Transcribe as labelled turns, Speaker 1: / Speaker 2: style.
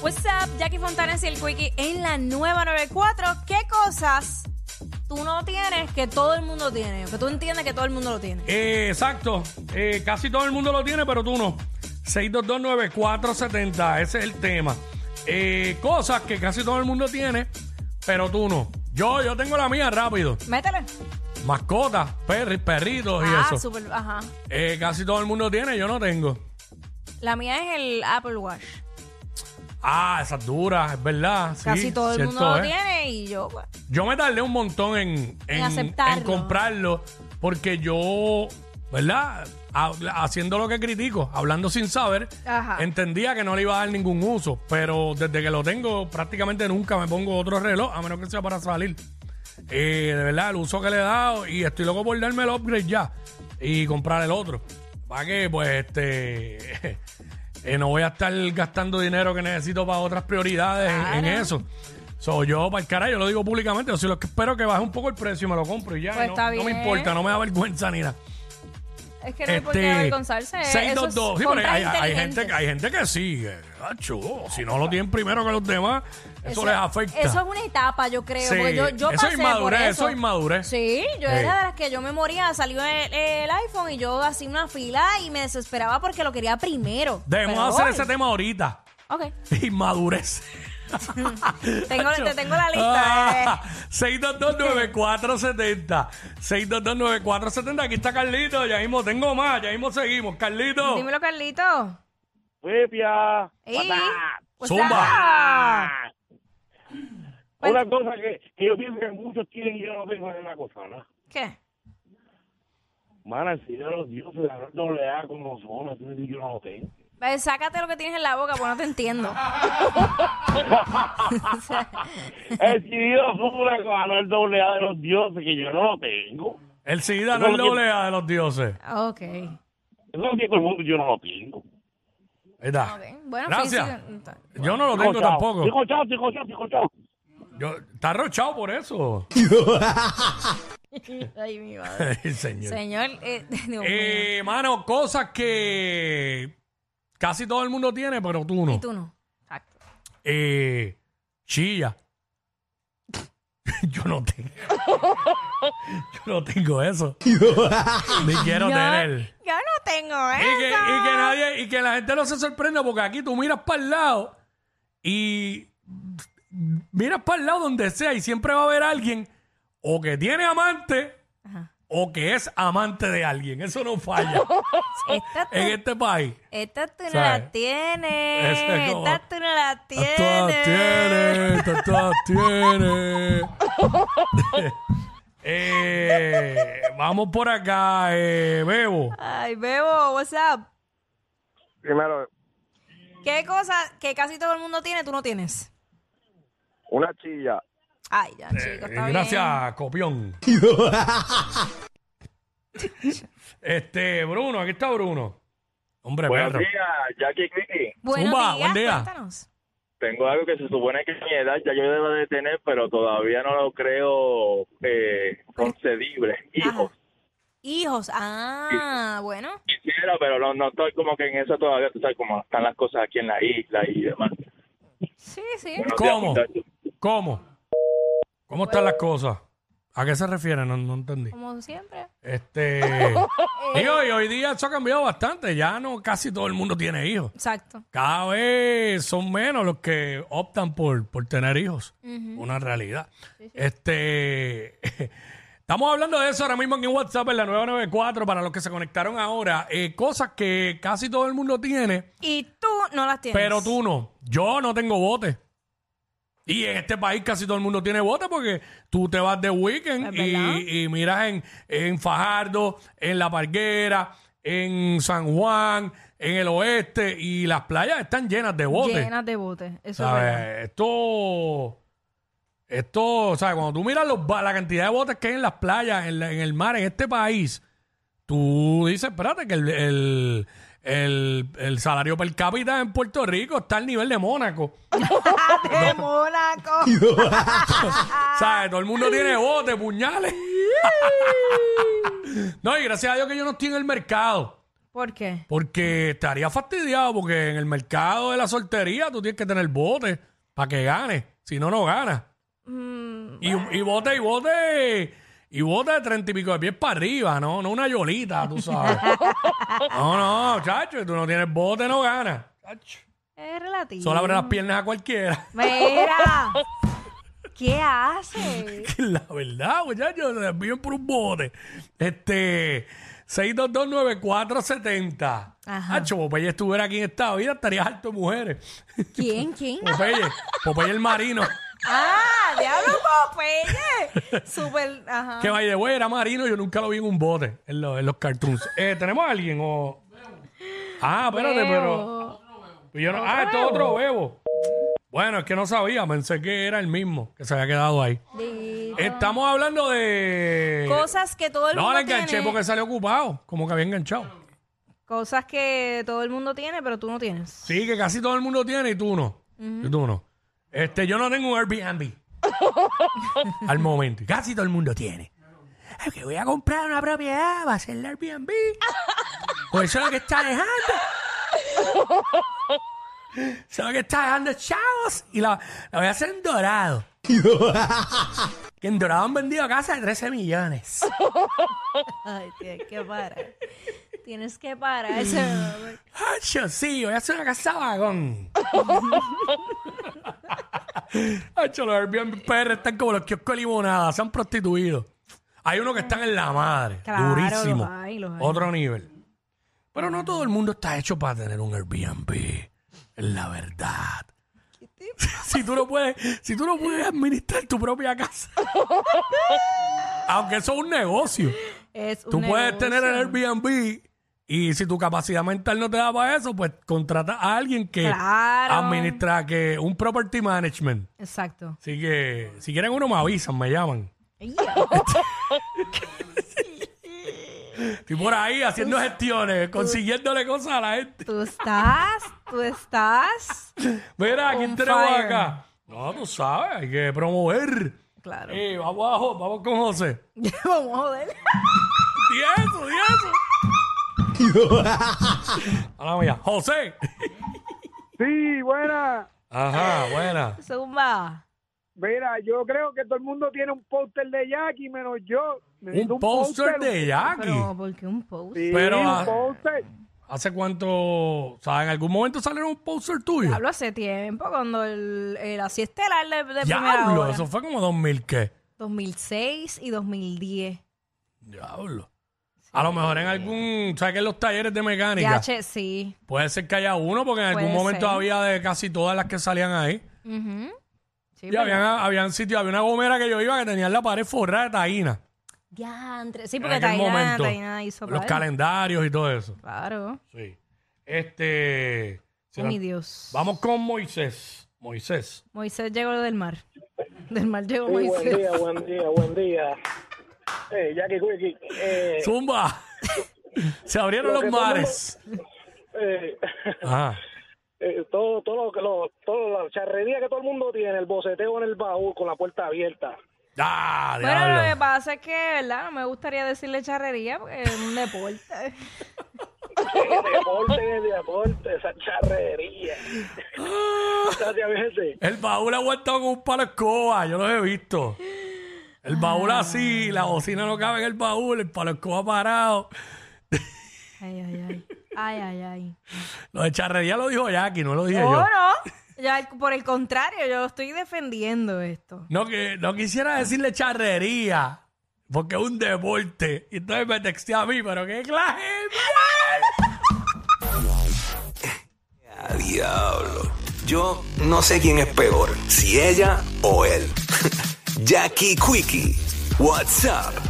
Speaker 1: What's up, Jackie Fontanes y el Quickie en la nueva 94. ¿Qué cosas tú no tienes que todo el mundo tiene? o Que tú entiendes que todo el mundo lo tiene.
Speaker 2: Eh, exacto. Eh, casi todo el mundo lo tiene, pero tú no. 6229470, ese es el tema. Eh, cosas que casi todo el mundo tiene, pero tú no. Yo, yo tengo la mía rápido.
Speaker 1: Métele.
Speaker 2: Mascotas, perri- perritos
Speaker 1: ah,
Speaker 2: y eso.
Speaker 1: súper. Ajá.
Speaker 2: Eh, casi todo el mundo tiene, yo no tengo.
Speaker 1: La mía es el Apple Watch.
Speaker 2: Ah, esas duras, es verdad. sí,
Speaker 1: Casi todo el
Speaker 2: cierto ¿eh?
Speaker 1: mundo lo
Speaker 2: es.
Speaker 1: tiene y yo, pues,
Speaker 2: Yo me tardé un montón en, en,
Speaker 1: aceptarlo.
Speaker 2: en comprarlo porque yo, ¿verdad? Habla- haciendo lo que critico, hablando sin saber,
Speaker 1: Ajá.
Speaker 2: entendía que no le iba a dar ningún uso, pero desde que lo tengo prácticamente nunca me pongo otro reloj, a menos que sea para salir. Eh, de verdad, el uso que le he dado y estoy loco por darme el upgrade ya y comprar el otro. Para que, pues, este... eh, no voy a estar gastando dinero que necesito para otras prioridades en- en,
Speaker 1: Claro.
Speaker 2: eso. So, yo, para el carajo, yo lo digo públicamente. Yo sí lo que espero que baje un poco el precio y me lo compro y ya.
Speaker 1: Pues
Speaker 2: no,
Speaker 1: está
Speaker 2: no me
Speaker 1: bien.
Speaker 2: importa, no me da vergüenza ni nada.
Speaker 1: Es que no hay por qué
Speaker 2: Este,
Speaker 1: avergonzarse. eso es
Speaker 2: 622. Sí, pero
Speaker 1: comprar
Speaker 2: hay, hay- hay gente,
Speaker 1: inteligente.
Speaker 2: que- hay gente que sigue. Gacho, si no lo tienen primero que los demás, eso, les afecta.
Speaker 1: Eso es una etapa, yo creo.
Speaker 2: Sí,
Speaker 1: porque yo, yo
Speaker 2: eso es
Speaker 1: pasé por
Speaker 2: inmadurez,
Speaker 1: eso.
Speaker 2: eso es inmadurez.
Speaker 1: Sí, yo
Speaker 2: Sí.
Speaker 1: era de las que yo me moría. Salió el, el iPhone y yo hacía una fila y me desesperaba porque lo quería primero.
Speaker 2: Debemos
Speaker 1: Pero
Speaker 2: hacer
Speaker 1: hoy-
Speaker 2: ese tema ahorita.
Speaker 1: Ok.
Speaker 2: Inmadurez.
Speaker 1: Tengo- te tengo la lista. eh.
Speaker 2: Ah, 6229470. 6229470. Aquí está Carlito. Ya mismo tengo más. Ya mismo seguimos. Carlito.
Speaker 1: eh. Dímelo, Carlito.
Speaker 3: Pipia.
Speaker 1: Ey,
Speaker 3: patá.
Speaker 1: what's
Speaker 2: Zumba.
Speaker 1: up?
Speaker 3: Una Ah. cosa que, que yo pienso que muchos tienen y yo no tengo es una cosa, ¿no?
Speaker 1: ¿Qué?
Speaker 3: Mana, si yo los dioses, la doble A con los hombres, tú dices, yo no lo tengo.
Speaker 1: Eh, Sácate lo que tienes en la boca, pues no te entiendo. O sea,
Speaker 3: El Dios fue una cosa, no el doble A de los dioses, que yo no lo tengo.
Speaker 2: El SIDA no es
Speaker 3: Eso lo
Speaker 2: doble A de los dioses.
Speaker 1: ok.
Speaker 3: Eso lo tiene todo el mundo, yo no lo tengo.
Speaker 2: Ahí está.
Speaker 1: Ok. Bueno,
Speaker 2: Gracias.
Speaker 1: físico-
Speaker 2: Yo no lo tengo
Speaker 3: Chao.
Speaker 2: tampoco.
Speaker 3: Digo, chao, digo, chao, digo, chao.
Speaker 2: Yo, está rochado por eso.
Speaker 1: Ay, mi madre.
Speaker 2: El señor.
Speaker 1: Señor, eh, Dios mío.
Speaker 2: Eh, mano, cosas que casi todo el mundo tiene, pero tú
Speaker 1: Y
Speaker 2: no.
Speaker 1: tú no. Exacto.
Speaker 2: Eh, chilla. Yo no tengo. Yo no tengo eso. Ni quiero
Speaker 1: yo,
Speaker 2: tener.
Speaker 1: yo no tengo
Speaker 2: Y
Speaker 1: eso.
Speaker 2: que, y que nadie, y que la gente no se sorprenda porque aquí tú miras para el lado y miras para el lado donde sea y siempre va a haber alguien o que tiene amante
Speaker 1: Ajá.
Speaker 2: o que es amante de alguien. Eso no falla
Speaker 1: Esta tú,
Speaker 2: en este país.
Speaker 1: esta tú no
Speaker 2: ¿Sabes?
Speaker 1: la tienes.
Speaker 2: Eso es como-
Speaker 1: Esta tú no la tienes.
Speaker 2: Todas tiene, todas tiene. Eh, vamos por acá, eh, Bebo.
Speaker 1: Ay, Bebo, what's up?
Speaker 4: Primero,
Speaker 1: ¿Qué cosa que casi todo el mundo tiene, tú no tienes?
Speaker 4: una chilla.
Speaker 1: Ay, ya, chicos,
Speaker 2: Eh,
Speaker 1: está
Speaker 2: Gracias, copión. este, Bruno, aquí está Bruno. Hombre,
Speaker 4: Buenos
Speaker 2: perro.
Speaker 4: días, Jackie Quickie.
Speaker 1: bien. Buenos
Speaker 2: Zumba,
Speaker 1: días,
Speaker 2: buen día.
Speaker 1: cuéntanos.
Speaker 4: Tengo algo que se supone que a mi edad ya yo debo de tener, pero todavía no lo creo eh, concedible. Hijos,
Speaker 1: Ajá. Hijos, ah, bueno.
Speaker 4: quisiera, pero no, no estoy como que en eso todavía. Tú sabes cómo están las cosas aquí en la isla y demás.
Speaker 1: Sí, sí.
Speaker 4: Buenos días,
Speaker 2: ¿Cómo?
Speaker 4: muchachos.
Speaker 2: ¿Cómo? ¿Cómo están las cosas? ¿A qué se refiere? No, no entendí.
Speaker 1: Como siempre.
Speaker 2: Este. digo, y hoy día eso ha cambiado bastante. Ya no casi todo el mundo tiene hijos.
Speaker 1: Exacto.
Speaker 2: Cada vez son menos los que optan por, por tener hijos.
Speaker 1: Ujú.
Speaker 2: Una realidad. Este. Estamos hablando de eso ahora mismo en WhatsApp en la 994 para los que se conectaron ahora. eh, cosas que casi todo el mundo tiene,
Speaker 1: Y tú no las tienes.
Speaker 2: pero tú no. Yo no tengo bote. Y en este país casi todo el mundo tiene bote porque tú te vas de weekend
Speaker 1: Es verdad.
Speaker 2: y, y miras en, en Fajardo, en La Parguera, en San Juan, en el oeste y las playas están llenas de botes.
Speaker 1: Llenas de botes. Eso es verdad.
Speaker 2: ¿Sabes? Esto. Esto, o sea, cuando tú miras los, ba- la cantidad de botes que hay en las playas, en, la- en el mar, en este país, tú dices, espérate, que el, el, el- el salario per cápita en Puerto Rico está al nivel de Mónaco.
Speaker 1: ¡De Mónaco!
Speaker 2: ¿Sabes? Todo el mundo tiene botes, puñales. no, y gracias a Dios que yo no estoy en el mercado.
Speaker 1: ¿Por qué?
Speaker 2: Porque estaría fastidiado porque en el mercado de la soltería tú tienes que tener bote para que gane. Si no, no ganas. y, y bote, y bote, y bote de treinta y pico de pies para arriba, ¿no? No una yolita, tú sabes. no, no, chacho, tú no tienes bote, no ganas. Chacho,
Speaker 1: Es relativo.
Speaker 2: Solo abre las piernas a cualquiera.
Speaker 1: Mira. ¿Qué hace?
Speaker 2: La verdad, muchachos, se viven por un bote. Este, 6229470.
Speaker 1: Ajá.
Speaker 2: Hacho, Popeye pues, estuviera aquí en esta vida, estaría harto de mujeres.
Speaker 1: ¿Quién? ¿Quién?
Speaker 2: Popeye, Popeye pues, el marino.
Speaker 1: Ah, diablo Popeye. Súper, ajá.
Speaker 2: Que vaya, güey, era marino, yo nunca lo vi en un bote, en, los- en los cartoons. Eh, ¿Tenemos a alguien o...? Ah, espérate, pero... yo no- ah, esto es otro bebo. Bueno, es que no sabía, pensé que era el mismo, que se había quedado ahí.
Speaker 1: Di-
Speaker 2: Estamos hablando de...
Speaker 1: Ah. Cosas que todo el
Speaker 2: Eh, No,
Speaker 1: mundo
Speaker 2: la enganché
Speaker 1: tiene.
Speaker 2: porque salió ocupado, como que había enganchado.
Speaker 1: Cosas que todo el mundo tiene, pero tú no tienes.
Speaker 2: Sí, que casi todo el mundo tiene y tú no. Y tú no. Este, yo no tengo un Airbnb. Al momento. Casi todo el mundo tiene. Es que voy a comprar una propiedad, va a ser el Airbnb. Pues eso es lo que está dejando. Eso es lo que está dejando chavos. Y la, la voy a hacer en dorado. que en dorado han vendido casa de 13 millones.
Speaker 1: Ay, tienes que parar. Tienes que parar. ese-
Speaker 2: Hacho, sí, voy a hacer una casa vagón. Hacho, los Airbnb PR están como los kioscos de limonada, se han prostituido. Hay unos que están en la madre,
Speaker 1: Claro,
Speaker 2: durísimo.
Speaker 1: los hay, los hay.
Speaker 2: Otro nivel. Pero no todo el mundo está hecho para tener un Airbnb, es la verdad. Si tú no puedes, si tú no puedes administrar tu propia casa. Aunque eso es un negocio.
Speaker 1: es un
Speaker 2: Tú puedes
Speaker 1: negocio.
Speaker 2: tener el Airbnb y si tu capacidad mental no te da para eso, pues contrata a alguien que
Speaker 1: Claro.
Speaker 2: administra que un property management.
Speaker 1: Exacto.
Speaker 2: Así que si quieren uno me avisan, me llaman. Estoy por ahí haciendo gestiones, consiguiéndole cosas a la gente.
Speaker 1: Tú estás, tú estás.
Speaker 2: Mira, aquí
Speaker 1: On
Speaker 2: tenemos
Speaker 1: fire.
Speaker 2: acá. No, tú sabes, hay que promover.
Speaker 1: Claro.
Speaker 2: Eh, vamos abajo, vamos con José.
Speaker 1: Vamos a joder.
Speaker 2: Di eso, di eso. Ahora mira, José.
Speaker 5: Sí, buena.
Speaker 2: Ajá, buena.
Speaker 1: Zumba.
Speaker 5: Mira, yo creo que todo el mundo tiene un póster de Jackie, menos yo. Necesito
Speaker 2: Un póster de Jackie.
Speaker 1: Pero, ¿por qué un post?
Speaker 5: Sí,
Speaker 2: Pero, ah,
Speaker 5: un póster.
Speaker 2: ¿Hace cuánto? O sea, en algún momento salieron un poster tuyo.
Speaker 1: Hablo hace tiempo, cuando el, el así estelar de, de primera
Speaker 2: Diablo,
Speaker 1: hora.
Speaker 2: eso fue como 2000 qué.
Speaker 1: 2006 y 2010.
Speaker 2: Diablo. A lo mejor en algún, ¿sabes que en los talleres de mecánica?
Speaker 1: Ya, che, sí.
Speaker 2: Puede ser que haya uno porque en algún
Speaker 1: Puede
Speaker 2: momento
Speaker 1: ser.
Speaker 2: había de casi todas las que salían ahí.
Speaker 1: Ujú. Sí,
Speaker 2: Y
Speaker 1: pero-
Speaker 2: habían, habían sitios, había una gomera que yo iba que tenía la pared forrada de taína.
Speaker 1: Diantre. Sí,
Speaker 2: En
Speaker 1: porque
Speaker 2: aquel
Speaker 1: Taina,
Speaker 2: momento.
Speaker 1: Taina hizo
Speaker 2: Los
Speaker 1: padre.
Speaker 2: calendarios y todo eso.
Speaker 1: Claro.
Speaker 2: Sí. Este.
Speaker 1: Oh, mi Dios.
Speaker 2: Vamos con Moisés. Moisés.
Speaker 1: Moisés llegó del mar. Del mar llegó
Speaker 6: Sí, buen
Speaker 1: Moisés.
Speaker 6: día, buen día, buen día. Eh, Jackie Quickie, eh,
Speaker 2: Zumba. Se abrieron los
Speaker 6: Lo que todo el
Speaker 2: mares.
Speaker 6: eh,
Speaker 2: Ajá.
Speaker 6: eh, todo, todo, lo, que- lo- todo la charrería que todo el mundo tiene, el boceteo en el baúl con la puerta abierta.
Speaker 2: Ah,
Speaker 1: Bueno, lo que
Speaker 2: diablo.
Speaker 1: pasa es que, ¿verdad? No me gustaría decirle charrería porque es un deporte.
Speaker 6: Eh, deporte, deporte, esa charrería.
Speaker 2: Ah.
Speaker 6: Gracias, gente.
Speaker 2: El baúl aguantado con un palo de escoba, yo los he visto. El baúl así, la bocina no cabe en el baúl, el palo de escoba parado.
Speaker 1: Ay, ay, ay. Ay, ay, ay.
Speaker 2: Lo de charrería lo dijo Jackie, no lo dije
Speaker 1: No,
Speaker 2: yo.
Speaker 1: no. Ya, por el contrario, yo estoy defendiendo esto.
Speaker 2: No, que, no quisiera decirle charrería, porque es un deporte. Y entonces me texté a mí, pero qué clase. de mierda.
Speaker 7: Ah, Diablo. Yo no sé quién es peor, si ella o él. Jackie Quickie, WhatsApp